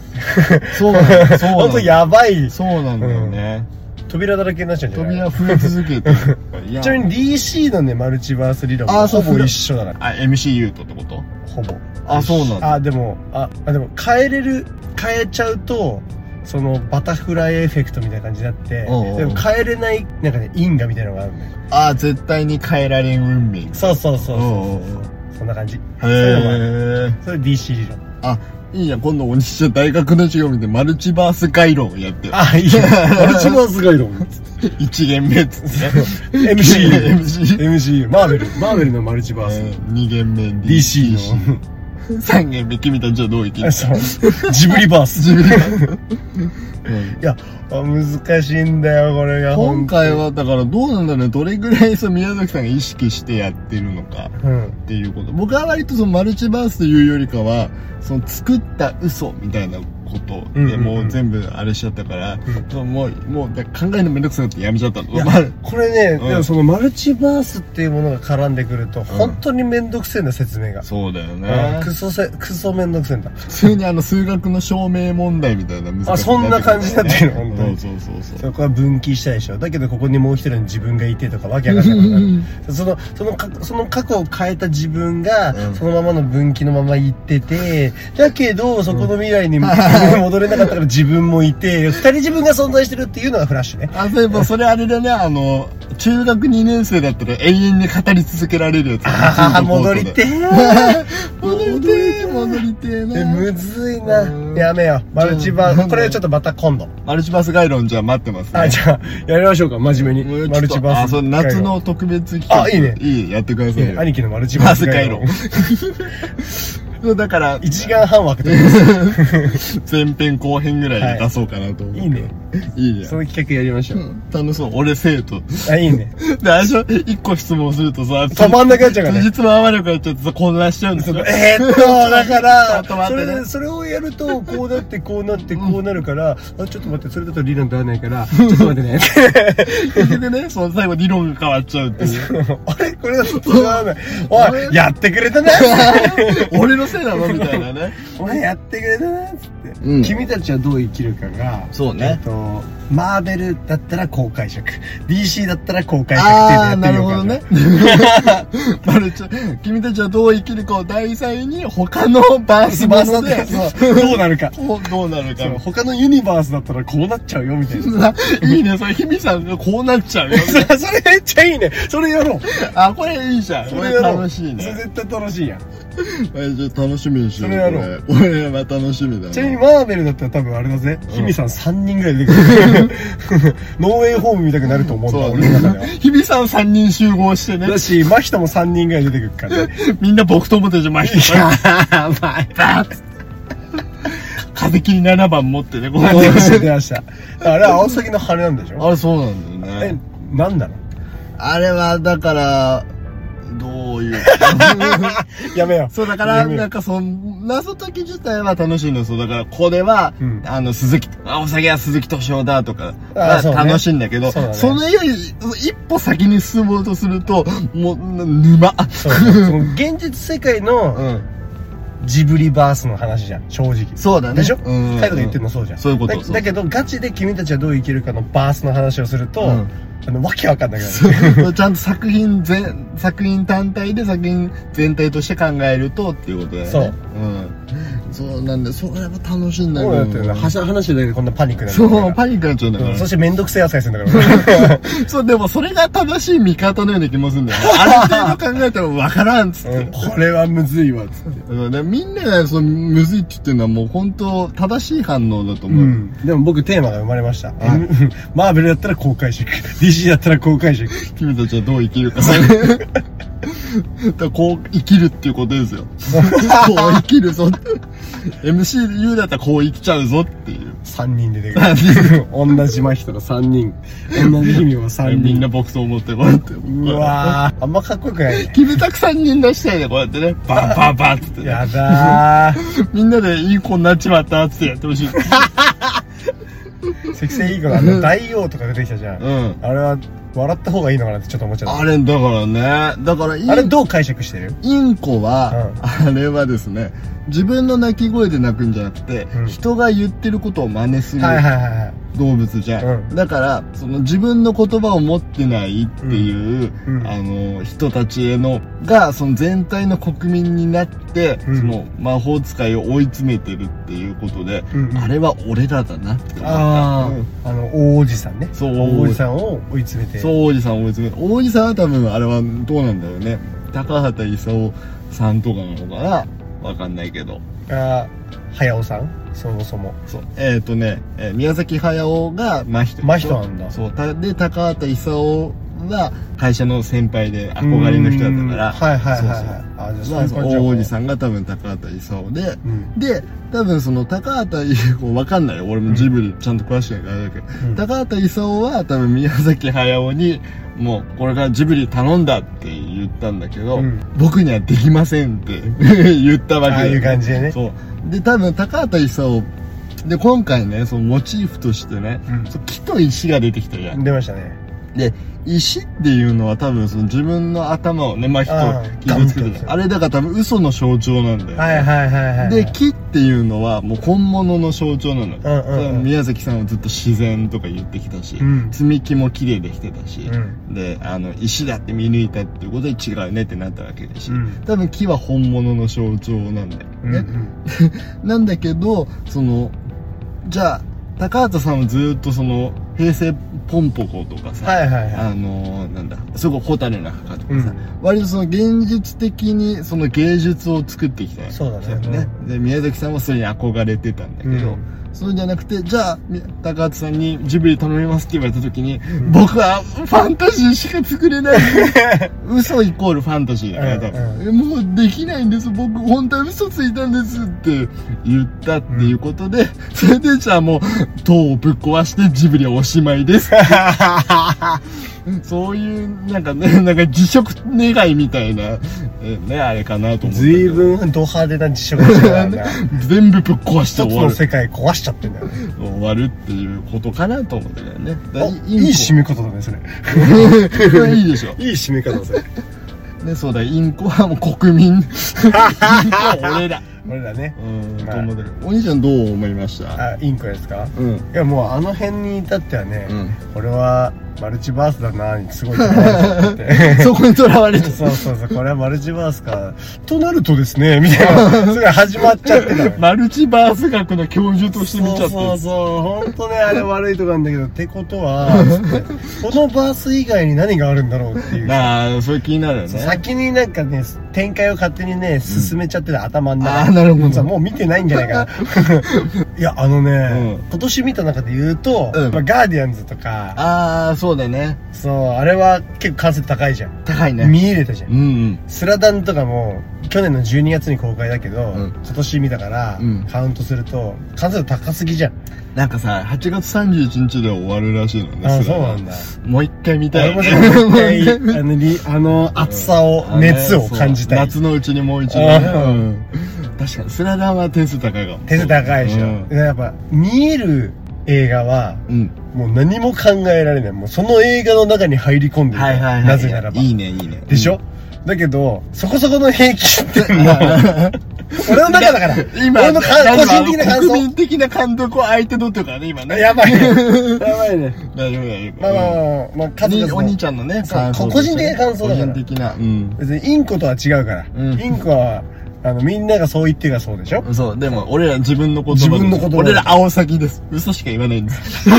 Speaker 2: そうなんだ。そうな
Speaker 3: 本
Speaker 2: ん
Speaker 3: 当
Speaker 2: だ。
Speaker 3: やばい
Speaker 2: そうなんだよね。
Speaker 3: 扉だらけになっちゃうんじゃない
Speaker 2: 扉増え続けてる。いや
Speaker 3: ちなみに DC のねマルチバース理論
Speaker 2: あ
Speaker 3: は
Speaker 2: ーそう
Speaker 3: ほぼ一緒だな
Speaker 2: あ、MCU とってこと
Speaker 3: ほぼ
Speaker 2: あ、そうなんだ。
Speaker 3: あでもああでも変えれる変えちゃうとそのバタフライエフェクトみたいな感じになって
Speaker 2: おうおう
Speaker 3: でも変えれないなんかね因果みたいなのがあるんだよ
Speaker 2: あー、絶対に変えられん運命。
Speaker 3: そうそうそう
Speaker 2: おうお
Speaker 3: そううそうそんな感じ
Speaker 2: へえ。
Speaker 3: それ DC 理論
Speaker 2: あ、いいや、今度お兄ちゃん大学の授業見てマルチバース概論やってよ。
Speaker 3: あいいやマルチバース概論
Speaker 2: 一限目っつってね。
Speaker 3: MCU
Speaker 2: MCU
Speaker 3: MCU マーベルマーベルのマルチバース
Speaker 2: 2限目
Speaker 3: DC の
Speaker 2: 3限目君たちはどう生きるか
Speaker 3: そう ジブリバース
Speaker 2: 自分
Speaker 3: いやあ難しいんだよこれが
Speaker 2: 今回
Speaker 3: 本
Speaker 2: はだからどうなんだろうねどれぐらいそう宮崎さんが意識してやってるのか
Speaker 3: 当にうん
Speaker 2: っていうこと僕は割とそのマルチバースというよりかはその作った嘘みたいなこと
Speaker 3: うんうん
Speaker 2: で
Speaker 3: うん
Speaker 2: もう全部あれしちゃったから、
Speaker 3: う
Speaker 2: もうもうだから考えるのめんどくさくなってやめちゃったの
Speaker 3: いや
Speaker 2: まあ
Speaker 3: これね、
Speaker 2: うん
Speaker 3: でもそのマルチバースっていうものが絡んでくると、本当にめんどくせえんだ、説明が。
Speaker 2: そうだよ
Speaker 3: うん
Speaker 2: ね
Speaker 3: クソせ、クソめんどくせえんだ。
Speaker 2: 普通にあの数学の証明問題みたいな難しい
Speaker 3: あそんな感じになってる本当に
Speaker 2: そうそうそうそう
Speaker 3: そこは分岐したでしょ。だけどここにもう一人の自分がいてとかわけわかんなくなる。 その、その過、その過去を変えた自分が
Speaker 2: うん、
Speaker 3: そのままの分岐のまま行ってて、だけど、そこの未来に 戻れなかったから自分もいて、二人自分が存在してるっていうのがフラッシュね。
Speaker 2: あ、そういえば、それあれだね、あの、中学2年生だったら永遠に語り続けられるやつ。
Speaker 3: ああ、戻りてー。
Speaker 2: 戻りてー戻りてー
Speaker 3: え、
Speaker 2: な。
Speaker 3: むずいうな。
Speaker 2: ん
Speaker 3: やめよう。マルチバ
Speaker 2: じゃ
Speaker 3: ー
Speaker 2: あ
Speaker 3: ス。これちょっとまた今度。
Speaker 2: マルチバース概論じゃあ待ってますね。
Speaker 3: あ、じゃあ、やりましょうか、真面目
Speaker 2: もうちょ
Speaker 3: に。
Speaker 2: っと
Speaker 3: マルチバース。
Speaker 2: あ、そう、夏。の特別企画。
Speaker 3: あいいね
Speaker 2: いい、やってくださいよ。
Speaker 3: 兄貴のマルチバ
Speaker 2: バ
Speaker 3: ー
Speaker 2: ース
Speaker 3: ス
Speaker 2: 概
Speaker 3: 回
Speaker 2: 論
Speaker 3: 論。。
Speaker 2: そうだから、
Speaker 3: 1時間半分けてくださ
Speaker 2: 前編後編ぐらいで出そうかなと思う。
Speaker 3: いいね。
Speaker 2: いいね
Speaker 3: い。そ。の企画やりましょ
Speaker 2: う
Speaker 3: う。
Speaker 2: ん楽しそう。俺生徒。
Speaker 3: あ、い いね。
Speaker 2: で、あれでしょ一個質問するとさ、
Speaker 3: 止まんなくなっちゃうから
Speaker 2: 辻
Speaker 3: ね。
Speaker 2: 褄合わなくなっちゃってさ、混乱しちゃうんですよ。
Speaker 3: えーっと、だから
Speaker 2: ちょっと、待
Speaker 3: そ
Speaker 2: って
Speaker 3: れ
Speaker 2: ね
Speaker 3: で、それをやると、こうなって、こうなって、こうなるから、あ、ちょっと待って、それだと理論と合わないから、ちょっと待って ね。
Speaker 2: 結局ね、 その最後理論が変わっちゃうって いう。
Speaker 3: あれこれだと合わない。 おい、やってくれたな
Speaker 2: 俺のせいなのみたいな ね。
Speaker 3: お前やってくれたなつって、
Speaker 2: うん
Speaker 3: 君たちはどう生きるかが
Speaker 2: そうね
Speaker 3: えっとマーベルだったら公開色 DC だったら公開色
Speaker 2: ああ、
Speaker 3: って
Speaker 2: な
Speaker 3: いう
Speaker 2: る
Speaker 3: の
Speaker 2: ほ
Speaker 3: や
Speaker 2: ど
Speaker 3: ってみよう
Speaker 2: ね
Speaker 3: か。
Speaker 2: マルちゃん、君たちはどう生きるかを題材に、他のバース
Speaker 3: バ
Speaker 2: も
Speaker 3: ースだ
Speaker 2: の
Speaker 3: っ
Speaker 2: で、
Speaker 3: たらどうなるか
Speaker 2: こう どうなるか
Speaker 3: そう。他のユニバースだったらこうなっちゃうよみたいな
Speaker 2: ないいね、それ、ひみさんがこうなっち ゃうよ。
Speaker 3: それめっちゃいいねそれやろう
Speaker 2: あ、これいいじゃん。
Speaker 3: そ
Speaker 2: こ
Speaker 3: れ
Speaker 2: れ
Speaker 3: やろう
Speaker 2: 楽しい
Speaker 3: そ
Speaker 2: ね。
Speaker 3: れ絶対楽しいやん
Speaker 2: えじゃあ楽しみにしよう。
Speaker 3: それやろう
Speaker 2: これ。俺は楽しみだ
Speaker 3: ちなみに
Speaker 2: ね。
Speaker 3: マーベルだったら多分あれだぜ、ヒミさん3人ぐらい出てく るノーウェイホームみたくなると思うんだ、
Speaker 2: そう
Speaker 3: 俺の中では
Speaker 2: ね。ひみさん3人集合してね
Speaker 3: だ。し真人も3人ぐらい出てくるからね
Speaker 2: みんな僕と思ってじゃまい
Speaker 3: い やーまあ
Speaker 2: バーッ風切り7番持ってね、こ うやって
Speaker 3: 出ました出ましたあれは青崎の羽なんでしょ
Speaker 2: あれそうなんだよ
Speaker 3: え
Speaker 2: ね。
Speaker 3: なんだろう
Speaker 2: あれは、だから、どう いうか。
Speaker 3: やめよう
Speaker 2: そう、だから、
Speaker 3: やめ よ
Speaker 2: なんか、その、謎解き自体は楽しいのよ。そう、だから、これは、
Speaker 3: うん
Speaker 2: あの、鈴木、あ、お酒は鈴木敏夫だとか、
Speaker 3: あ
Speaker 2: は
Speaker 3: そうね
Speaker 2: 楽しいんだけど、
Speaker 3: そうだね
Speaker 2: それより、一歩先に進もうとすると、もう、沼。
Speaker 3: そうその現実世界
Speaker 2: う
Speaker 3: の
Speaker 2: ん。
Speaker 3: ジブリバースの話じゃん正直
Speaker 2: そうだね。
Speaker 3: でしょ
Speaker 2: うん。
Speaker 3: 態度で言ってるのそうじゃん
Speaker 2: そういうこと
Speaker 3: だ
Speaker 2: そうそう
Speaker 3: だけどガチで君たちはどう生きるかのバースの話をすると、
Speaker 2: うん
Speaker 3: あのわけわかんなくなる
Speaker 2: そうちゃんと作品全、作品単体で作品全体として考えるとっていうことだよね。
Speaker 3: そう。
Speaker 2: うん。そうなんで、それは楽しいんだけ
Speaker 3: そう
Speaker 2: ど。
Speaker 3: だってね、はしゃ話だけでこんなパニックになるんだか ら
Speaker 2: そう、パニックになっちゃうんだか
Speaker 3: うん
Speaker 2: ら。
Speaker 3: そして面倒くせえ扱いするんだからね
Speaker 2: そう、でもそれが正しい見方のような気もするん だよね。ある程度考えてもわからんっつって。
Speaker 3: うん これはむずいわっつって、
Speaker 2: だからねみんながそのむずいって言ってるのはもう本当正しい反応だと思う。
Speaker 3: でも僕テーマが生まれました、
Speaker 2: はい
Speaker 3: マーベルだったら公開色 DC だったら公開色
Speaker 2: 君たちはどう生きる か。だからこう生きるっていうことです よ。こう生きるぞ。MCU だったらこう生きちゃうぞっていう。
Speaker 3: 3人出て くる同じ真人が3人同じ姫は3人
Speaker 2: みんな僕と思ってこうやって。
Speaker 3: うわーあんまかっこよくないね
Speaker 2: キムタク3人出したいね、こうやって ね。バンバンバンっつってね、
Speaker 3: やだー
Speaker 2: みんなでいい子になっちまったっつってやってほしい。
Speaker 3: 積成いいからあの大王とか出てきたじゃん、
Speaker 2: うん。
Speaker 3: あれは笑った方がいいのかなってちょっと思っちゃった
Speaker 2: あれ、だからね。だからイン、
Speaker 3: あれどう解釈してる
Speaker 2: インコは、あれはですね、自分の鳴き声で鳴くんじゃなくて、
Speaker 3: うん
Speaker 2: 人が言ってることを真似する
Speaker 3: はいはいはいはい
Speaker 2: 動物じゃん。
Speaker 3: うん
Speaker 2: だから、その自分の言葉を持ってないっていう、
Speaker 3: うんうん
Speaker 2: あの、人たちへの、が、その全体の国民になって、
Speaker 3: うん
Speaker 2: その魔法使いを追い詰めてるっていうことで、
Speaker 3: うんうん
Speaker 2: あれは俺らだなって思った。
Speaker 3: あ
Speaker 2: うん
Speaker 3: あ、あの、大おじさんね。
Speaker 2: そう
Speaker 3: 大おじさんを追い詰めて。
Speaker 2: そう、王子さんを追い詰める。王子さんは多分、あれはどうなんだろうね。高畑勲さんとかなのかなわかんないけど。
Speaker 3: が、早尾さんそもそも。
Speaker 2: そう。えっ、とね、えー宮崎駿が真人。
Speaker 3: 真人なんだ
Speaker 2: そう。たで、高畑勲は会社の先輩で憧れの人だったから。
Speaker 3: はいはいはいはい。
Speaker 2: そうそう
Speaker 3: あ、じゃ
Speaker 2: ま
Speaker 3: あ
Speaker 2: あ、
Speaker 3: そ
Speaker 2: そう
Speaker 3: いう感じ
Speaker 2: の王子
Speaker 3: ん。
Speaker 2: さんが多分高畑勲で、
Speaker 3: うん。
Speaker 2: で、多分その高畑勲、わかんないよ。俺もジブリちゃんと詳しくないからあれだけど、
Speaker 3: うん
Speaker 2: 高畑勲は多分宮崎駿に、もうこれからジブリ頼んだって言ったんだけど、
Speaker 3: うん
Speaker 2: 僕にはできませんって言ったわけ
Speaker 3: ああいう感じでね。
Speaker 2: そう。で、多分高畑勲、で、今回ね、そのモチーフとしてね、
Speaker 3: うん
Speaker 2: そう木と石が出てきたじゃん。
Speaker 3: 出ましたね。
Speaker 2: で、石っていうのは多分その自分の頭をね、まあ
Speaker 3: ああ
Speaker 2: 人を傷つけて
Speaker 3: ガンと
Speaker 2: る。あれだから多分嘘の象徴なんだよね。
Speaker 3: はいはいはいはい。
Speaker 2: で、木っていうのはもう本物の象徴なのよ、
Speaker 3: うんうんうん
Speaker 2: 宮崎さんはずっと自然とか言ってきたし、
Speaker 3: うん
Speaker 2: 積み木も綺麗できてたし、
Speaker 3: うん
Speaker 2: であの石だって見抜いたっていうことで違うねってなったわけだし、
Speaker 3: うん
Speaker 2: 多分木は本物の象徴なんだよ
Speaker 3: うん
Speaker 2: ね、
Speaker 3: うん。
Speaker 2: なんだけどそのじゃあ高畑さんはずっとその平成ポンポコとかさ、
Speaker 3: はいはいはい。
Speaker 2: あのーなんだすごい蛍の墓とかさ、
Speaker 3: うん
Speaker 2: 割とその現実的にその芸術を作ってきたよ
Speaker 3: そうだね
Speaker 2: で宮崎さんはそれに憧れてたんだけど、
Speaker 3: うん
Speaker 2: それじゃなくてじゃあみ高畑さんにジブリ頼みますって言われた時に、僕はファンタジーしか作れ ない嘘イコールファンタジーだから多分、もうできないんです僕本当は嘘ついたんですって言ったっていうことで、それでじゃあもう塔をぶっ壊してジブリはおしまいですそういう、なんかね、なんか辞職願いみたいな、えね、あれかなと思って。
Speaker 3: ずいぶんド派手な辞職してたん だ。
Speaker 2: 全部ぶっ壊して
Speaker 3: 一つ
Speaker 2: 終わ
Speaker 3: の
Speaker 2: る。
Speaker 3: 世界壊しちゃってんだよね。
Speaker 2: 終わるっていうことかなと思ってね。だ
Speaker 3: あいい締め方だね、それ。
Speaker 2: め。いいでしょ。
Speaker 3: いい締め方だ、それ。
Speaker 2: ね、そうだ、インコはもう国民。インコは俺ら。
Speaker 3: 俺らね。
Speaker 2: うん、
Speaker 3: まあ
Speaker 2: と思ってるお兄ちゃんどう思いました
Speaker 3: あ、インコですか
Speaker 2: うん
Speaker 3: いやもうあの辺に至ってはね、
Speaker 2: うん
Speaker 3: これはマルチバースだなにすごい思って て
Speaker 2: そこにとらわれて
Speaker 3: そうそうそう、これはマルチバースか。となるとですね、みた いな、すごい始まっちゃってたの。
Speaker 2: マルチバース学の教授として見ちゃって
Speaker 3: そうそうそう、ほんとね、あれ悪いとこなんだけど、ってことは、つ ってこのバース以外に何があるんだろうっていう。
Speaker 2: なあそれ気になるよ
Speaker 3: そう
Speaker 2: ね
Speaker 3: 先になんかね、展開を勝手にね、進めちゃってた、頭の中
Speaker 2: あーなるほど
Speaker 3: そうもう見てないんじゃないかな。 いや、あのね、
Speaker 2: うん
Speaker 3: 今年見た中で言うと、
Speaker 2: うん
Speaker 3: まあ、ガーディアンズとか、
Speaker 2: ああそうだね
Speaker 3: そう、あれは結構完成度高いじゃん。
Speaker 2: 高いね
Speaker 3: 見入れたじゃん
Speaker 2: う。ん
Speaker 3: スラダンとかも去年の12月に公開だけど、
Speaker 2: うん
Speaker 3: 今年見たから、
Speaker 2: うん
Speaker 3: カウントすると完成度高すぎじゃん
Speaker 2: なんかさ8月31日で終わるらしいのね
Speaker 3: ああ
Speaker 2: それ
Speaker 3: そう
Speaker 2: は
Speaker 3: なんだ
Speaker 2: もう一回見たい
Speaker 3: 俺 も一回
Speaker 2: もう一回
Speaker 3: あのりあの熱さを、熱を感じたい
Speaker 2: そう夏のうちにもう一度ね、
Speaker 3: ああ
Speaker 2: うん確かにスラダンは点数高いかも
Speaker 3: 手数高いでしょ、
Speaker 2: うん
Speaker 3: でやっぱ見える映画は
Speaker 2: うん
Speaker 3: もう何も考えられないもうその映画の中に入り込んでる、
Speaker 2: はいはいはい
Speaker 3: なぜならば
Speaker 2: いいねいいね
Speaker 3: でしょ、だけどそこそこの平均っていうのは俺の中だから
Speaker 2: 今
Speaker 3: 俺のか個人的な感
Speaker 2: 国
Speaker 3: 想
Speaker 2: 民的な感動を相手のとかね今ね
Speaker 3: やばいねやばいね
Speaker 2: 大丈夫大丈夫
Speaker 3: まあまあまあ、まあ、数々の
Speaker 2: お兄ちゃんのね
Speaker 3: そう
Speaker 2: 感想
Speaker 3: 個人的な感想だから
Speaker 2: 個人的なうん
Speaker 3: 別にインコとは違うから、
Speaker 2: うん
Speaker 3: インコはあのみんながそう言ってがそうでしょ
Speaker 2: そう、でも俺ら自分の言葉で
Speaker 3: 自分の言葉
Speaker 2: 俺ら青崎です。嘘しか言わないんです。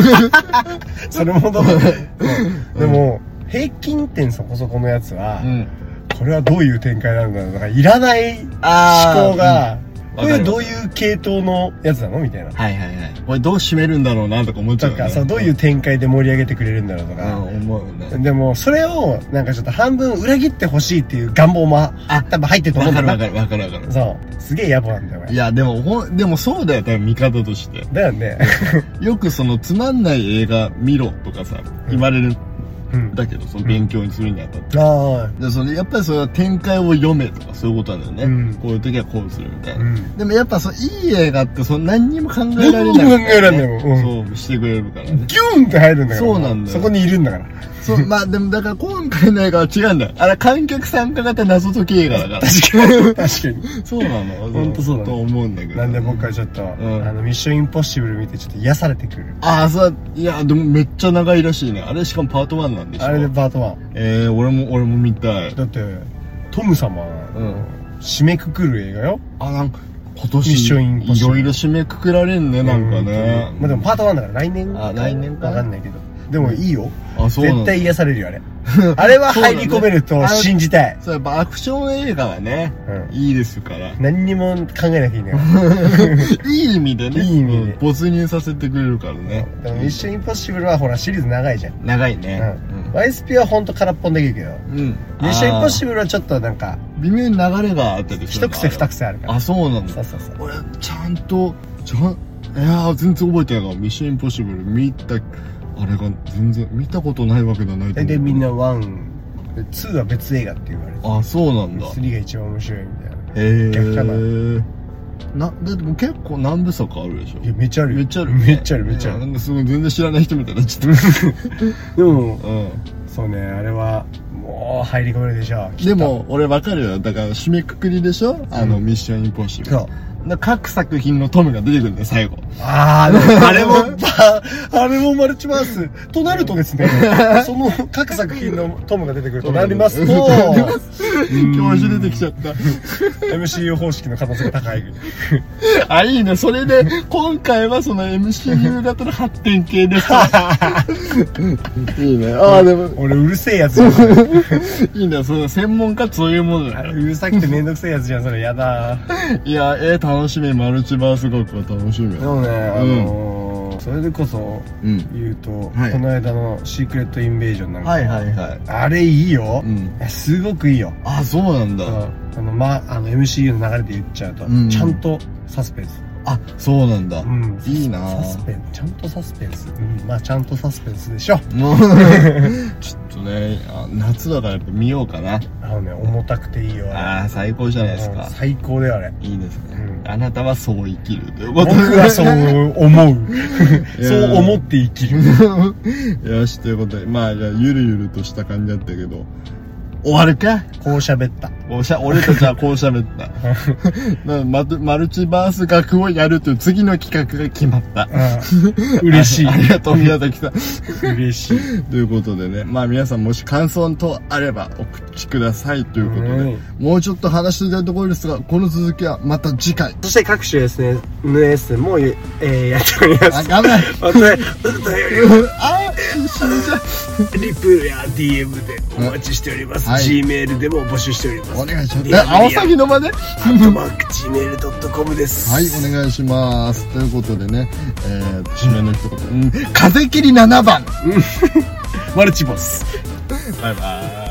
Speaker 3: それもどううんでも平均点そこそこのやつは、
Speaker 2: ん。
Speaker 3: これはどういう展開なんだろうとかいらない思
Speaker 2: あー
Speaker 3: 考が、
Speaker 2: ん
Speaker 3: こ
Speaker 2: わ
Speaker 3: れ
Speaker 2: かる
Speaker 3: どういう系統のやつなのみたいな
Speaker 2: はいはいはい。これどう締めるんだろうなとか思っちゃ
Speaker 3: と
Speaker 2: うよね。
Speaker 3: かそうどういう展開で盛り上げてくれるんだろうと
Speaker 2: うん、
Speaker 3: か、
Speaker 2: 思うね。
Speaker 3: でもそれをなんかちょっと半分裏切ってほしいっていう願望も
Speaker 2: あ
Speaker 3: 多分入ってると思
Speaker 2: わ
Speaker 3: うん
Speaker 2: か
Speaker 3: だ
Speaker 2: るわ
Speaker 3: よ
Speaker 2: か
Speaker 3: な
Speaker 2: るわかるわかる。
Speaker 3: そうすげえ野暮なんだよこ
Speaker 2: い
Speaker 3: れ
Speaker 2: や、でも、ほん、でもそうだよ、多分見方として。
Speaker 3: だよね
Speaker 2: よくその、つまんない映画見ろとかさ、言われるん
Speaker 3: うん
Speaker 2: だけど、その勉強にするにあたって。
Speaker 3: ああ
Speaker 2: で、その、やっぱりそれは展開を読めとか、そういうことなんだよね。
Speaker 3: うん
Speaker 2: こういう時はこうするみたいな。
Speaker 3: うん
Speaker 2: でもやっぱそう、いい映画って、その、何にも考えられない、
Speaker 3: 何も考えられないもんうん
Speaker 2: そう、してくれるからね。
Speaker 3: ギュンって入るんだから。
Speaker 2: そうなんだよ
Speaker 3: そこにいるんだ から。
Speaker 2: そう、まあでもだから今回の映画は違うんだよ。あれ観客参加型謎解き映画だから。
Speaker 3: 確かに。
Speaker 2: そうな の
Speaker 3: ほんとそうだね
Speaker 2: と思うんだけど。
Speaker 3: なんで僕はちょっと、
Speaker 2: ん
Speaker 3: あの、ミッションインポッシブル見てちょっと癒されてくる。
Speaker 2: ああ、そう、いや、でもめっちゃ長いらしいね。あれしかもパート1なんでしょ。
Speaker 3: あれでパート1。
Speaker 2: えー、俺も、俺も見たい。
Speaker 3: だって、トム様、
Speaker 2: ん
Speaker 3: 締めくくる映画よ。
Speaker 2: あ、なんか、今
Speaker 3: ミッションインポッ
Speaker 2: 年、い
Speaker 3: シブ
Speaker 2: ろ
Speaker 3: ル
Speaker 2: いろ締めくくられんね、なんかね
Speaker 3: うん。まあでもパート1だから来年
Speaker 2: あ来年か
Speaker 3: わかんないけど。でもいいよ。
Speaker 2: あ、そうなんだ
Speaker 3: 絶対。癒されるよ、あれ。あれは入り込め
Speaker 2: そ
Speaker 3: る
Speaker 2: う
Speaker 3: と
Speaker 2: だね
Speaker 3: 信じたい。
Speaker 2: そう、やっぱアクション映画はね、
Speaker 3: うん
Speaker 2: いいです から。
Speaker 3: 何にも考えなきゃいいん だよ。
Speaker 2: いい意味でね。
Speaker 3: いい意味で
Speaker 2: うん没入させてくれるからね。
Speaker 3: でもミッションインポッシブルはほらシリーズ長いじゃん。
Speaker 2: 長いね。
Speaker 3: うん。YSP はほんと空っぽにできるけど。
Speaker 2: うん。うん。
Speaker 3: ミッションインポッ
Speaker 2: あー
Speaker 3: シブルはちょっとなんか、
Speaker 2: 微妙に流れがあったりす
Speaker 3: 一
Speaker 2: るから
Speaker 3: 癖二癖あるから。
Speaker 2: あそうなんだ
Speaker 3: そうそうそう。
Speaker 2: 俺ちゃんとちゃんいやー全然覚えてないから「ミッションインポッシブル」見たあれが全然見たことないわけじゃないと
Speaker 3: 大
Speaker 2: 思
Speaker 3: 体
Speaker 2: う
Speaker 3: みんな1、2は別映画って言われて
Speaker 2: あそうなんだ
Speaker 3: 3が一番面白いみたいな。
Speaker 2: へえ
Speaker 3: 逆かな
Speaker 2: ー、なでも結構何部作あるでしょ
Speaker 3: いや、めっちゃあるよ。
Speaker 2: めっちゃある、
Speaker 3: めっちゃある、めっちゃあ
Speaker 2: いや
Speaker 3: る。
Speaker 2: なんかすごい全然知らない人みたいになっちゃっ
Speaker 3: でも、
Speaker 2: たうん
Speaker 3: そうね、あれは、もう入り込めるでしょう。きっと
Speaker 2: で、も俺わかるよだから締めくくりでしょあの、ミッションインポッシブル
Speaker 3: そう。
Speaker 2: う各作品のトムが出てくるんだよ最後
Speaker 3: あー、 でもあれも、ああれもマルチバース。となると ですね、その各作品のトムが出てくるとなりま すと、
Speaker 2: 教授出てきちゃった
Speaker 3: MCU 方式の可能性が高い。
Speaker 2: あ、いいね。それで、今回はその MCU 型の発展系です。いいね。ああ、でも、
Speaker 3: 俺、うるせえやつじゃんそれ
Speaker 2: いいね。その専門家ってそういうものだ
Speaker 3: あれうるさくてめんどくせえやつじゃん、それ。やだー。
Speaker 2: いや、えー、楽しみ。マルチバース学は楽しみ。
Speaker 3: でもね、あのーそれでこそ
Speaker 2: うん。
Speaker 3: 言うと、
Speaker 2: はい
Speaker 3: この間の「シークレット・インベージョン」なんか、
Speaker 2: はいはいはい。
Speaker 3: あれいいよ、
Speaker 2: うん
Speaker 3: いやすごくいいよ、
Speaker 2: あ、そうなん
Speaker 3: う
Speaker 2: だ。
Speaker 3: んあのま、あの MCU の流れで言っちゃうと、
Speaker 2: うん
Speaker 3: ちゃんとサスペンス、
Speaker 2: あ、そうなんだ。
Speaker 3: ん
Speaker 2: いいな
Speaker 3: サスペンちゃんとサスペンス、うん、まあちゃんとサスペンスでしょ
Speaker 2: もう、 ちょっとね、あ夏だからやっぱ見ようかな。
Speaker 3: あのね重たくていいよあ
Speaker 2: ああ、最高じゃ
Speaker 3: れ
Speaker 2: ないですか
Speaker 3: うん。最高だよあ れ
Speaker 2: いいですね
Speaker 3: う。ん
Speaker 2: あなたはそう生きる。ということ
Speaker 3: 僕
Speaker 2: で
Speaker 3: はそう思う
Speaker 2: いや
Speaker 3: そう思って 生きる
Speaker 2: よし、ということで、まあ、じゃあ、ゆるゆるとした感じだったけど、終わるか
Speaker 3: こう喋った。
Speaker 2: おしゃ、俺たちはこう喋 った。なマルマルチバース学をやるという次の企画が決まった。
Speaker 3: うん。嬉しい
Speaker 2: あ。りがとう、宮崎さん。
Speaker 3: 嬉しい。
Speaker 2: ということでね、まあ皆さんもし感想等あればお口くださいということで、
Speaker 3: う
Speaker 2: もうちょっと話していたいところですが、この続きはまた次回。
Speaker 3: そして各種 SNS も、えー、やっておりま
Speaker 2: あ、
Speaker 3: す。
Speaker 2: ダメ
Speaker 3: お便りお便
Speaker 2: あ、死んじゃう
Speaker 3: りリプや DM でお待ちしております。
Speaker 2: はい
Speaker 3: Gmail でも募集しております。
Speaker 2: お願いします。
Speaker 3: リ
Speaker 2: え、
Speaker 3: アルに
Speaker 2: 青崎の場で
Speaker 3: アットマーク Gmail.com です。
Speaker 2: はい、お願いします。ということでね、えー、締めの一言。うん風切り7番。
Speaker 3: マルチボス。
Speaker 2: バイバイ。